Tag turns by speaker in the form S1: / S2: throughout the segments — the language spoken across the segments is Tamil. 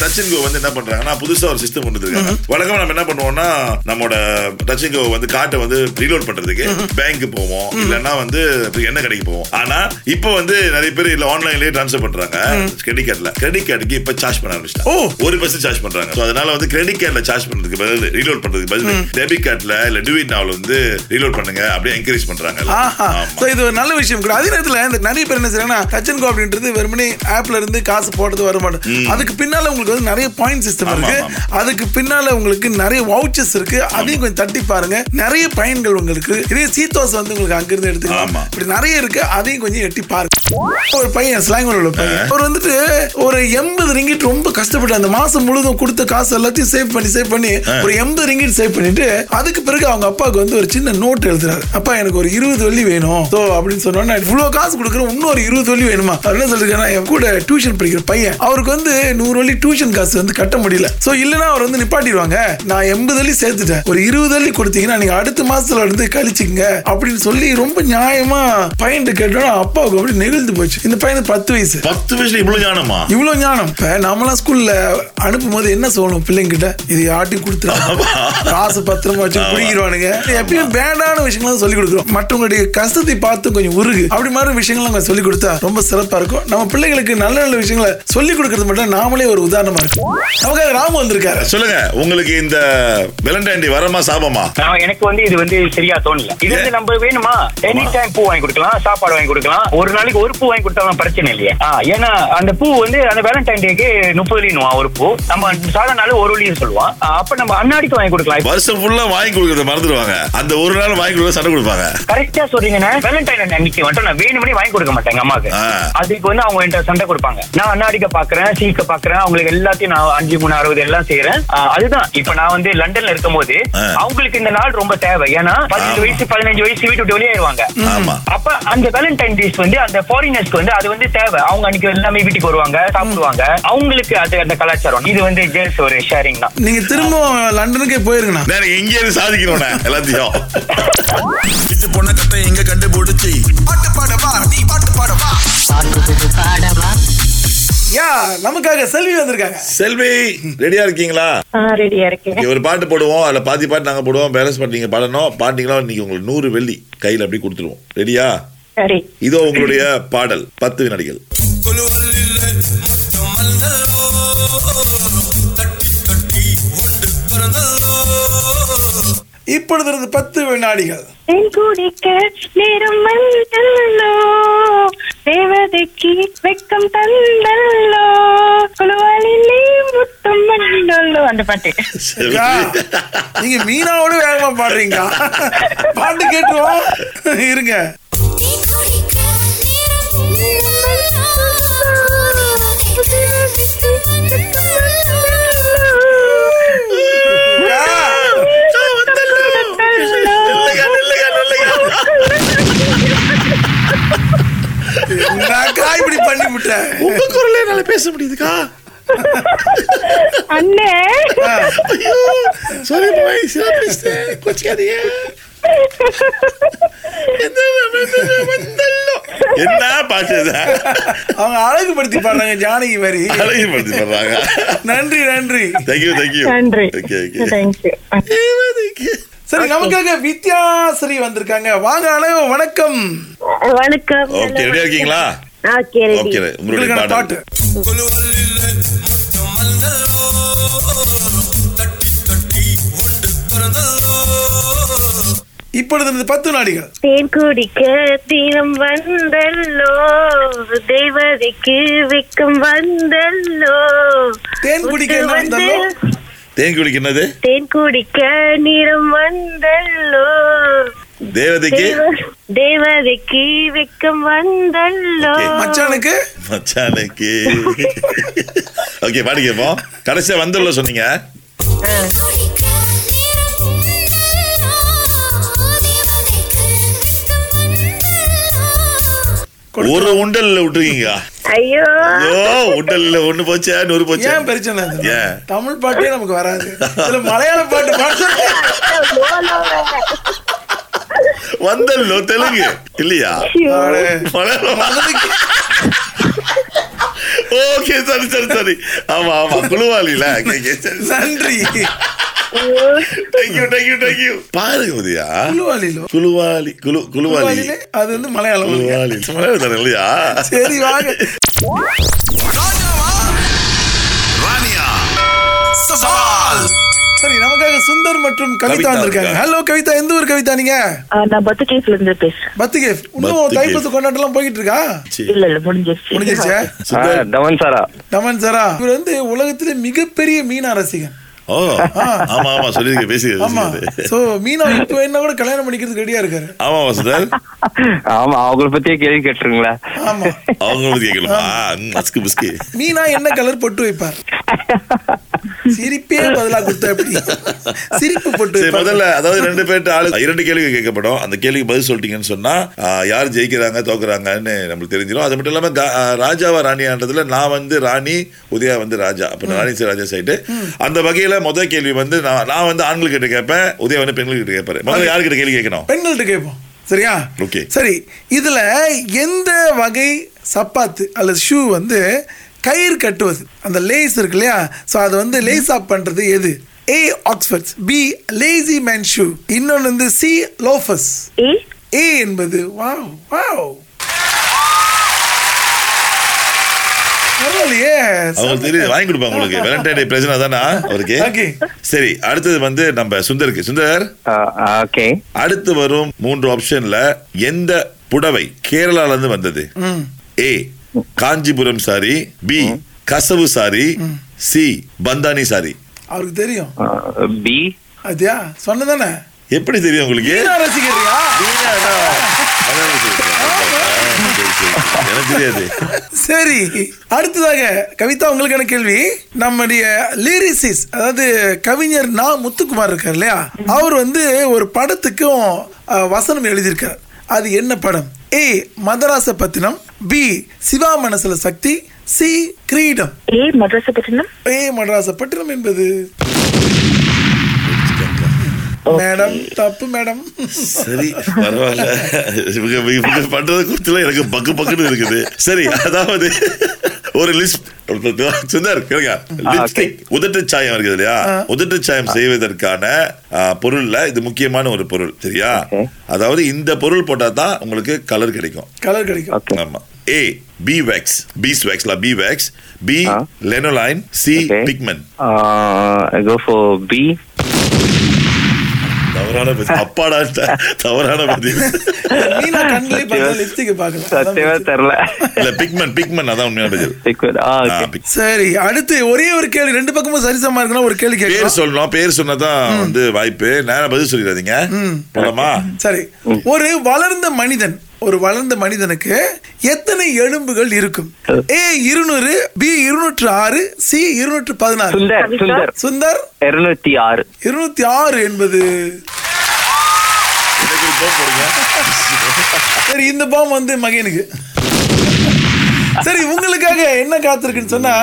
S1: டச்சின் கோ வந்து என்ன பண்றாங்கன்னா புதுசா ஒரு சிஸ்டம் கொண்டு இருக்காங்க வழக்கமா நம்ம என்ன பண்ணுவோம்னா நம்மோட டச்சின் கோ வந்து கார்ட்டை வந்து ரீலோட் பண்றதுக்கு பேங்க் போவோம் இல்லைன்னா வந்து எண்ணெய் கடைக்கு போவோம் ஆனா இப்போ வந்து நிறைய பேர் இல்ல ஆன்லைன்லயே ட்ரான்ஸ்ஃபர் பண்றாங்க கிரெடிட் கார்டுல கிரெடிட் கார்டுக்கு இப்ப சார்ஜ் பண்ண
S2: ஓ.
S1: ஆரம்பிச்சிட்டாங்க ஒரு பர்சன்ட் சார்ஜ் பண்றாங்க So, அதனால வந்து கிரெடிட் கார்டில் சார்ஜ் பண்றதுக்கு பதில் ரீலோட் பண்றதுக்கு பதில் டெபிட் கார்டில் இல்ல டூவிட் நாவில் வந்து ரீலோட் பண்ணுங்க அப்படியே என்கரேஜ் பண்றாங்க
S2: ஆஹா ஸோ இது ஒரு நல்ல விஷயம் கூட அதே நேரத்தில் இந்த நிறைய பேர் என்ன செய்யறாங்கன்னா டச் அண்ட் கோ அப்படின்றது வெறுமனே ஆப்ல இருந்து காசு போடுறது வர மாட்டோம் அதுக்கு பின்னால உங்களுக்கு வந்து நிறைய பாயிண்ட் சிஸ்டம்
S1: ஆமா,
S2: இருக்கு
S1: ஆமா.
S2: அதுக்கு பின்னால உங்களுக்கு நிறைய வவுச்சர்ஸ் இருக்கு அதையும் கொஞ்சம் தட்டி பாருங்க நிறைய பயன்கள் உங்களுக்கு இதே சீத்தோஸ் வந்து உங்களுக்கு அங்கிருந்து எடுத்துக்கலாம்
S1: ஆமா.
S2: இப்படி நிறைய இருக்கு அதையும் கொஞ்சம் எட்டி பாருங்க ஒரு பையன் ஸ்லாங்கோட உள்ள பையன் அவர் வந்துட்டு ஒரு எண்பது ரிங்கிட் ரொம்ப கஷ்டப்பட்டு அந்த மாசம் முழுதும் கொடுத்த காசு எல்லாத்தையும் சேவ் பண்ணி சேவ் பண்ணி ஒரு எண்பது ரிங்கிட் சேவ் பண்ணிட்டு அதுக்கு பிறகு அவங்க அப்பாவுக்கு வந்து ஒரு சின்ன நோட் எழுதுறாரு அப்பா எனக்கு ஒரு இருபது வெள்ளி வேணும் ஸோ அப்படின்னு சொன்னோன்னா இவ்வளவு காசு கொடுக்குறேன் இன்னொரு இருபது வெள்ளி வேணுமா அப்படின்னு சொல்லிருக்காங்க என் கூட டியூஷன் படிக்கிற பையன் அவருக்கு வந்து நூறு வெள்ளி டியூஷன் காசு வந்து கட்ட முடியல ஸோ இல்லைன்னா அவர் வந்து நிப்பாட்டிடுவாங்க நான் எண்பது வெள்ளி சேர்த்துட்டேன் ஒரு இருபது வெள்ளி கொடுத்தீங்கன்னா நீங்க அடுத்த மாசத்துல வந்து கழிச்சுங்க அப்படின்னு சொல்லி ரொம்ப நியாயமா பையன்ட்டு கேட்டோன்னா அப்பாவுக்கு அப்படி நெகிழ்ந்து போச்சு இந்த பையனுக்கு பத்து வயசு
S1: பத்து வயசுல இவ்வளவு ஞானமா
S2: இவ்வளோ ஞானம் இப்போ நம்மளாம் ஸ்கூல்ல அனுப்பும் போது என்ன சொல்லணும் பிள்ளைங்கிட்ட இது ஆட்டி கொடுத்துருவாங்க காசு பத்திரமா வச்சு பிடிக்கிறவானுங்க எப்பயும் பேடான விஷயங்களும் சொல்லி கொடுக்குறோம் மற்றவங்களுடைய கஷ்டத்தை பார்த்து கொஞ்சம் உருகு அப்படி மாதிரி விஷயங்கள்லாம் கொஞ்சம் சொல்லி கொடுத்தா ரொம்ப சிறப்பா இருக்கும் நம்ம பிள்ளைங்களுக்கு நல்ல நல்ல விஷயங்களை சொல்லி கொடுக்கறது மட்டும் நாமளே ஒரு உதாரணமா இருக்கும் நமக்காக ராமு வந்திருக்காரு
S1: சொல்லுங்க உங்களுக்கு இந்த வேலண்டைன் டே வரமா சாபமா
S3: நான் எனக்கு வந்து இது வந்து சரியா தோணல இது வந்து நம்ம வேணுமா எனி டைம் பூ வாங்கி கொடுக்கலாம் சாப்பாடு வாங்கி கொடுக்கலாம் ஒரு நாளைக்கு ஒரு பூ வாங்கி கொடுத்தாலும் பிரச்சனை இல்லையே ஆ, ஏன்னா அந்த பூ வந்து அந்த வேலண்டைன் டேக்கு முப்பது லீனுவா ஒரு பூ நம்ம சாதாரண நாள் ஒரு லீன் சொல்லுவான் ஆ, அப்ப நம்ம அன்னாடிக்கு வாங்கி கொடுக்கலாம் இப்ப
S1: வருஷம் ஃபுல்லா வாங்கி கொடுக்கறத மறந்துடுவாங்க அந்த ஒரு நாள் வாங்கி கொடுக்க சண்டை கொடுப்பாங்க
S3: கரெக்டா சொல்றீங்கன்னா வேலண்டைன் அன்னைக்கு மட்டும் நான் வேணும்னே வாங்கி கொடுக்க மாட்டேன் எங்க அம்மாவுக்கு
S1: ஆ.
S3: அதுக்கு வந்து அவங்க என்கிட்ட சண்டை கொடுப்பாங்க நான் அண்ணாடிக்க பாக்குறேன் சீக்க பாக்குறேன் அவங்களுக்கு எல்லாத்தையும் நான் அஞ்சு மூணு அறுபது எல்லாம் செய்யறேன் ஆ, அதுதான் இப்ப நான் வந்து லண்டன்ல இருக்கும் போது
S1: ஆ.
S3: அவங்களுக்கு இந்த நாள் ரொம்ப தேவை ஏன்னா பதினஞ்சு
S1: ஆமா.
S3: வயசு பதினஞ்சு வயசு வீட்டு விட்டு வெளியாயிருவாங்க
S1: ஆமா
S3: அப்ப அந்த வேலண்டைன் டேஸ் வந்து அந்த ஃபாரினர்ஸ்க்கு வந்து அது வந்து தேவை அவங்க அன்னைக்கு எல்லாமே வீட்டுக்கு வருவாங்க சாப்பிடுவாங்க அவங்களுக்கு அது அந்த கலாச்சாரம் இது வந்து ஜென்ஸ் ஒரு ஷேரிங் தான்
S2: நீங்க திரும்ப லண்டனுக்கே போயிருங்கண்ணா
S1: நான் எங்க இருந்து சாதிக்கணும் நான் எல்லாத்தையும்
S4: விட்டு போன கட்டை எங்க கண்டுபிடிச்சி பாட்டு பாடவா நீ பாட்டு பாடவா
S2: யா நமக்காக செல்வி வந்திருக்காங்க
S1: செல்வி ரெடியா இருக்கீங்களா
S5: ரெடியா இருக்கேன்
S1: இங்க ஒரு பாட்டு போடுவோம் அதுல பாதி பாட்டு நாங்க போடுவோம் பேலன்ஸ் பாட்டு நீங்க பாடணும் பாட்டிங்களா இன்னைக்கு உங்களுக்கு நூறு வெள்ளி கையில அப்படியே கொடுத்துருவோம் ரெடியா
S5: சரி
S1: இதோ உங்களுடைய பாடல் பத்து வினாடிகள்
S4: கொலுவல் இல்லை மொத்தம் அல்லோ தட்டி தட்டி ஒன்று பிறந்தல்லோ
S2: இப்பொழுது இருந்து பத்து வினாடிகள்
S5: தேன் குடிக்க நேரம் வந்தல்லோ தேவதைக்கு வெக்கம் தந்தல்லோ குழுவாலிலே முத்தம் மண்டல்லோ அந்த பாட்டு
S1: செல்வி.
S2: அக்கா, நீங்க மீனாவோட வேகமா பாடுறீங்க பாட்டு கேட்டுருவோம் இருங்க
S1: நில்லுங்க,
S2: அக்கா,
S1: நில்லுங்க, நில்லுங்க.
S2: என்னக்கா இப்படி பண்ணி விட்டேன்
S1: உங்க குரலே என்னால பேச முடியுதுக்கா
S5: அண்ணே
S1: ஐயோ சாரி பாய் சில பேசுறேன் கொச்சிக்காதீங்க என்ன பாட்டு இது?
S2: அவங்க அழகுபடுத்தி பாடுறாங்க ஜானகி மாதிரி
S1: அழகு படுத்தி பண்றாங்க
S2: நன்றி நன்றி
S1: தேங்க்யூ தேங்க்யூ
S5: நன்றி
S1: ஓகே ஓகே
S5: தேங்க்யூ
S2: சரி நமக்காக வித்யாஸ்ரீ வந்திருக்காங்க வாங்க அனைவரும் வணக்கம்
S5: வணக்கம்
S1: ஓகே ரெடியா இருக்கீங்களா
S5: ஓகே
S1: ஓகே
S5: ரெடி
S1: உங்களுடைய
S2: உங்களுக்கான
S1: பாடல்
S2: பாட்டு
S4: கொலுவல் இல்லை மொத்தம் அல்லோ தட்டி தட்டி ஒன்று பிறந்தல்லோ
S2: இப்பொழுது இருந்து பத்து வினாடிகள்
S5: தேன் குடிக்க தீனம் வந்தல்லோ தேவதைக்கு விக்கம் வந்தல்லோ
S2: தேன் குடிக்க என்ன
S5: உத்து வந்து
S2: வந்தல்லோ?
S1: தேங்குடிக்கு என்னது
S5: தேன் குடிக்க நீரம் வந்தல்லோ
S1: தேவதைக்கு
S5: தேவ- தேவதைக்கு விக்கம் வந்தல்லோ
S1: Okay,
S2: மச்சானுக்கு
S1: மச்சானுக்கு ஓகே பாட்டு கேட்போம் கடைசியா வந்துள்ள சொன்னீங்க ஒரு உண்டல்ல விட்டுருக்கீங்க
S5: ஐயோ
S1: ஐயோ உண்டல்ல ஒண்ணு போச்சே நூறு போச்சே
S2: ஏன் பிரச்சனை அது?
S1: ஏன்?
S2: தமிழ் பாட்டே நமக்கு வராது இதுல மலையாள பாட்டு பாடுறது
S1: வந்தல்லோ தெலுங்கு இல்லையா
S5: ஐயோ.
S2: பாடு.
S1: மலையாளம் ஓகே சரி சரி சரி ஆமா ஆமா குழுவாளில
S2: நன்றி
S1: தேங்க்யூ தேங்க்யூ தேங்க்யூ பாருங்க மதியா
S2: புலுவாலிலோ
S1: குழுவாளி குழு குழுவாளி
S2: புலுவாலிலே அது வந்து மலையாளம்
S1: குழுவாளி மலையாளம் தானே இல்லையா
S2: சரி வாங்க
S4: ராஜாவா
S1: ராணியா
S4: சவால்
S2: சரி நமக்காக சுந்தர் மற்றும் கவிதா
S1: கவிதா
S2: வந்திருக்காங்க
S1: இருக்கா?
S2: ஹலோ கவிதா எந்த ஊர் கவிதா நீங்க
S6: ஆ, நான் பத்துகேஸ்ல இருந்து பேசுறேன்
S2: பத்துகே இன்னும்
S1: பத்துகே.
S2: தைப்பத்து கொண்டாட்டம்லாம் போய்கிட்டு இருக்கா
S6: இல்ல இல்ல முடிஞ்சிருச்சு
S2: முடிஞ்சிருச்சா
S1: சுந்தர்.
S3: தவன் சாரா
S2: தமன் சாரா இவர் வந்து உலகத்திலே மிகப்பெரிய மீனா ரசிகன்
S1: ஓ ஆமா ஆமா சொல்லிருக்க
S2: ஆமா
S1: பேசிக்க
S2: சோ மீனா இப்ப என்ன கூட கல்யாணம் பண்ணிக்கிறதுக்கு ரெடியா இருக்காரு
S1: ஆமா சுந்தர்
S3: ஆமா அவங்கள பத்தியே கேள்வி கேட்டுருங்களா
S2: ஆமா
S1: அவங்களும் கேட்கலாமா ம், மஸ்கு மஸ்கு
S2: மீனா என்ன கலர் பொட்டு வைப்பார் சிரிப்பே பதிலா கொடுத்தா எப்படி சிரிப்பு பொட்டு
S1: சரி
S2: வைப்பார்.
S1: முதல்ல அதாவது ரெண்டு பேர்ட்ட ஆளு இரண்டு கேள்வி கேட்கப்படும் அந்த கேள்விக்கு பதில் சொல்லிட்டீங்கன்னு சொன்னா ஆ, யார் ஜெயிக்கிறாங்க தோக்குறாங்கன்னு நம்மளுக்கு தெரிஞ்சிடும் அது மட்டும் இல்லாம கா- ஆ, ராஜாவா ராணியான்றதுல நான் வந்து ராணி உதயா வந்து ராஜா அப்ப ராணி சரி ராஜா சைடு அந்த வகையில முதல் கேள்வி வந்து நான் நான் வந்து ஆண்கள் கிட்ட கேட்பேன் உதயா வந்து பெண்கள் கிட்ட கேட்பாரு முதல்ல யாருக்கிட்ட கேள்வி கேட்கணும்
S2: பெண்கள்ட்ட கேட்போம் சரியா
S1: Okay.
S2: சரி இதுல எந்த வகை சப்பாத்து அல்லது ஷூ வந்து கயிறு கட்டுவது அந்த லேஸ் இருக்கு இல்லையா ஸோ அதை வந்து லேஸ் ஆப் பண்றது எது A oxfords B lazy man shoe இன்னொன்று வந்து சி லோஃபஸ்
S6: ஏ
S2: ஏ என்பது வாவ் வாவ் பரவாயில்லையே
S1: அவங்களுக்கு தெரியுது வாங்கி கொடுப்பாங்க உங்களுக்கு வேலண்டைன் டே பிரச்சனை தானா அவருக்கு
S2: Okay.
S1: சரி அடுத்தது வந்து நம்ம சுந்தருக்கு சுந்தர்
S3: ஓகே
S1: அடுத்து வரும் மூன்று ஆப்ஷன்ல எந்த புடவை கேரளால இருந்து வந்தது A Kanchipuram sari B kasavu sari C bandhani sari
S2: அவருக்கு தெரியும்
S7: Uh,
S3: பி
S2: அதுயா சொன்னதானே
S1: எப்படி தெரியும் உங்களுக்கு
S2: மீனா ரசிகரியா
S1: நீங்க தான். அதான் சரி, சரி, சரி. எனக்கு தெரியாது
S2: சரி அடுத்ததாக கவிதா உங்களுக்கான கேள்வி நம்முடைய லிரிசிஸ் அதாவது கவிஞர் நா முத்துக்குமார் இருக்கார் இல்லையா அவர் வந்து ஒரு படத்துக்கும் அஹ், வசனம் எழுதியிருக்கார் அது என்ன படம் ஏ மதராச பத்தினம் பி சிவா மனசுல சக்தி சி கிரீடம்
S6: ஏ மதராச பட்டினம்
S2: ஏ மதராச பட்டினம் என்பது மேடம் தப்பு மேடம்
S1: சரி பரவாயில்ல இவங்க இவங்க பண்றது குறித்துல எனக்கு பக்கு பக்குன்னு இருக்குது சரி அதாவது ஒரு லிஸ்ட் சுந்தர் கேளுங்க லிப்ஸ்டிக் உதட்டு சாயம் இருக்குது இல்லையா உதட்டு சாயம் செய்வதற்கான ஆ, பொருள்ல இது முக்கியமான ஒரு பொருள் சரியா அதாவது இந்த பொருள் போட்டா தான் உங்களுக்கு கலர் கிடைக்கும்
S2: கலர் கிடைக்கும்
S1: ஆமா ஏ பி வேக்ஸ் பீஸ் வேக்ஸ்ல bee wax B lanolin C
S7: Okay.
S1: Pigment
S7: Uh, I go for B.
S1: தவறான பதில் அப்பாடா தவறான பதில்
S2: மீனா கண்ணிலே பார்த்தா லிப்ஸ்டிக்
S7: சத்தியமா
S2: பார்க்கலாம்
S7: தெரில
S1: இல்ல பிக்மென் பிக்மென் அதான் உண்மையான பதில்
S7: Liquid. ஆ,
S1: ஆ,
S7: Ah, okay.
S1: பிக்-
S2: சரி அடுத்து ஒரே ஒரு கேள்வி ரெண்டு பக்கமும் சரிசமா இருக்குன்னா ஒரு கேள்வி
S1: பேர்
S2: கேட்கலாம்
S1: சொல்லணும் பேர் சொன்னாதான் வந்து வாய்ப்பு நேரம் பதில் சொல்லிடாதீங்க போலாமா
S2: சரி ஒரு வளர்ந்த மனிதன் ஒரு வளர்ந்த மனிதனுக்கு எத்தனை எலும்புகள் இருக்கும் ஏ இருநூறு பி இருநூற்று ஆறு சி இருநூற்று பதினாறு
S7: சுந்தர் சுந்தர்
S2: சுந்தர்
S7: இருநூத்தி ஆறு
S2: இருநூத்தி ஆறு என்பது
S1: எனக்கு ஒரு போன் போடுங்க.
S2: சரி இந்த பாம் வந்து மகனுக்கு சரி உங்களுக்காக என்ன காத்திருக்குன்னு சொன்னா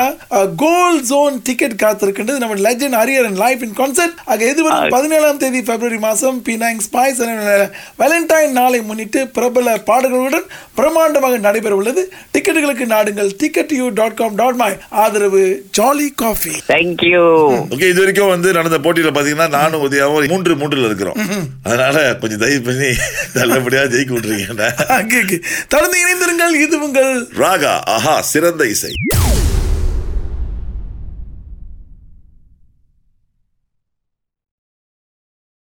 S2: கோல்ட் ஜோன் டிக்கெட் காத்திருக்குன்றது நம்ம லெஜண்ட் ஹரியர் அண்ட் லைஃப் இன் கான்சர்ட் ஆக இது வந்து பதினேழாம் தேதி பிப்ரவரி மாதம் பினாங் ஸ்பைஸ் வேலண்டைன் நாளை முன்னிட்டு பிரபல பாடல்களுடன் பிரம்மாண்டமாக நடைபெற உள்ளது டிக்கெட்டுகளுக்கு நாடுங்கள் ticket you dot com dot my ஆதரவு ஜாலி காஃபி
S7: தேங்க்யூ
S1: ஓகே இது வரைக்கும் வந்து நடந்த போட்டியில பாத்தீங்கன்னா நானும் உதயாவும் மூன்று மூன்றுல இருக்கிறோம் அதனால கொஞ்சம் தயவு பண்ணி நல்லபடியா ஜெயிக்க விட்டுருக்கீங்க
S2: தொடர்ந்து இணைந்திருங்கள் இது உங்கள்
S1: ராகா ஆஹா சிறந்த இசை